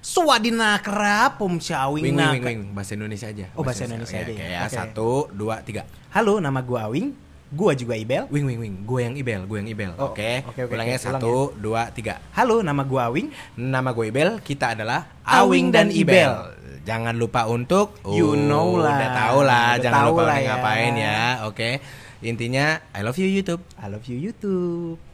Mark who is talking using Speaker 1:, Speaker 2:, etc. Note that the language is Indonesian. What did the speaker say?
Speaker 1: Suwadina kerapum
Speaker 2: Wing,
Speaker 1: siawing
Speaker 2: wing,
Speaker 1: na-
Speaker 2: wing, wing. Bahasa Indonesia aja.
Speaker 1: Oh, bahasa Indonesia aja
Speaker 2: Oke,
Speaker 1: ya.
Speaker 2: ya.
Speaker 1: Oke.
Speaker 2: Satu, dua, tiga.
Speaker 1: Halo, nama gua Awing. Gua juga Ibel.
Speaker 2: Wing, wing, wing. Gue yang Ibel, gue yang Ibel.
Speaker 1: Oh,
Speaker 2: Oke.
Speaker 1: oke, oke,
Speaker 2: Ulangnya
Speaker 1: oke, ulang ya.
Speaker 2: satu, dua, tiga.
Speaker 1: Halo, nama gua Awing.
Speaker 2: Nama gue Ibel, kita adalah
Speaker 1: Awing
Speaker 2: Awing dan
Speaker 1: dan
Speaker 2: Ibel. Jangan lupa untuk uh,
Speaker 1: You know lah.
Speaker 2: Udah tau lah,
Speaker 1: Udah
Speaker 2: jangan
Speaker 1: tahu
Speaker 2: lupa
Speaker 1: lah
Speaker 2: udah
Speaker 1: ya.
Speaker 2: ngapain ya. Oke. Intinya I love you YouTube.
Speaker 1: I love you YouTube.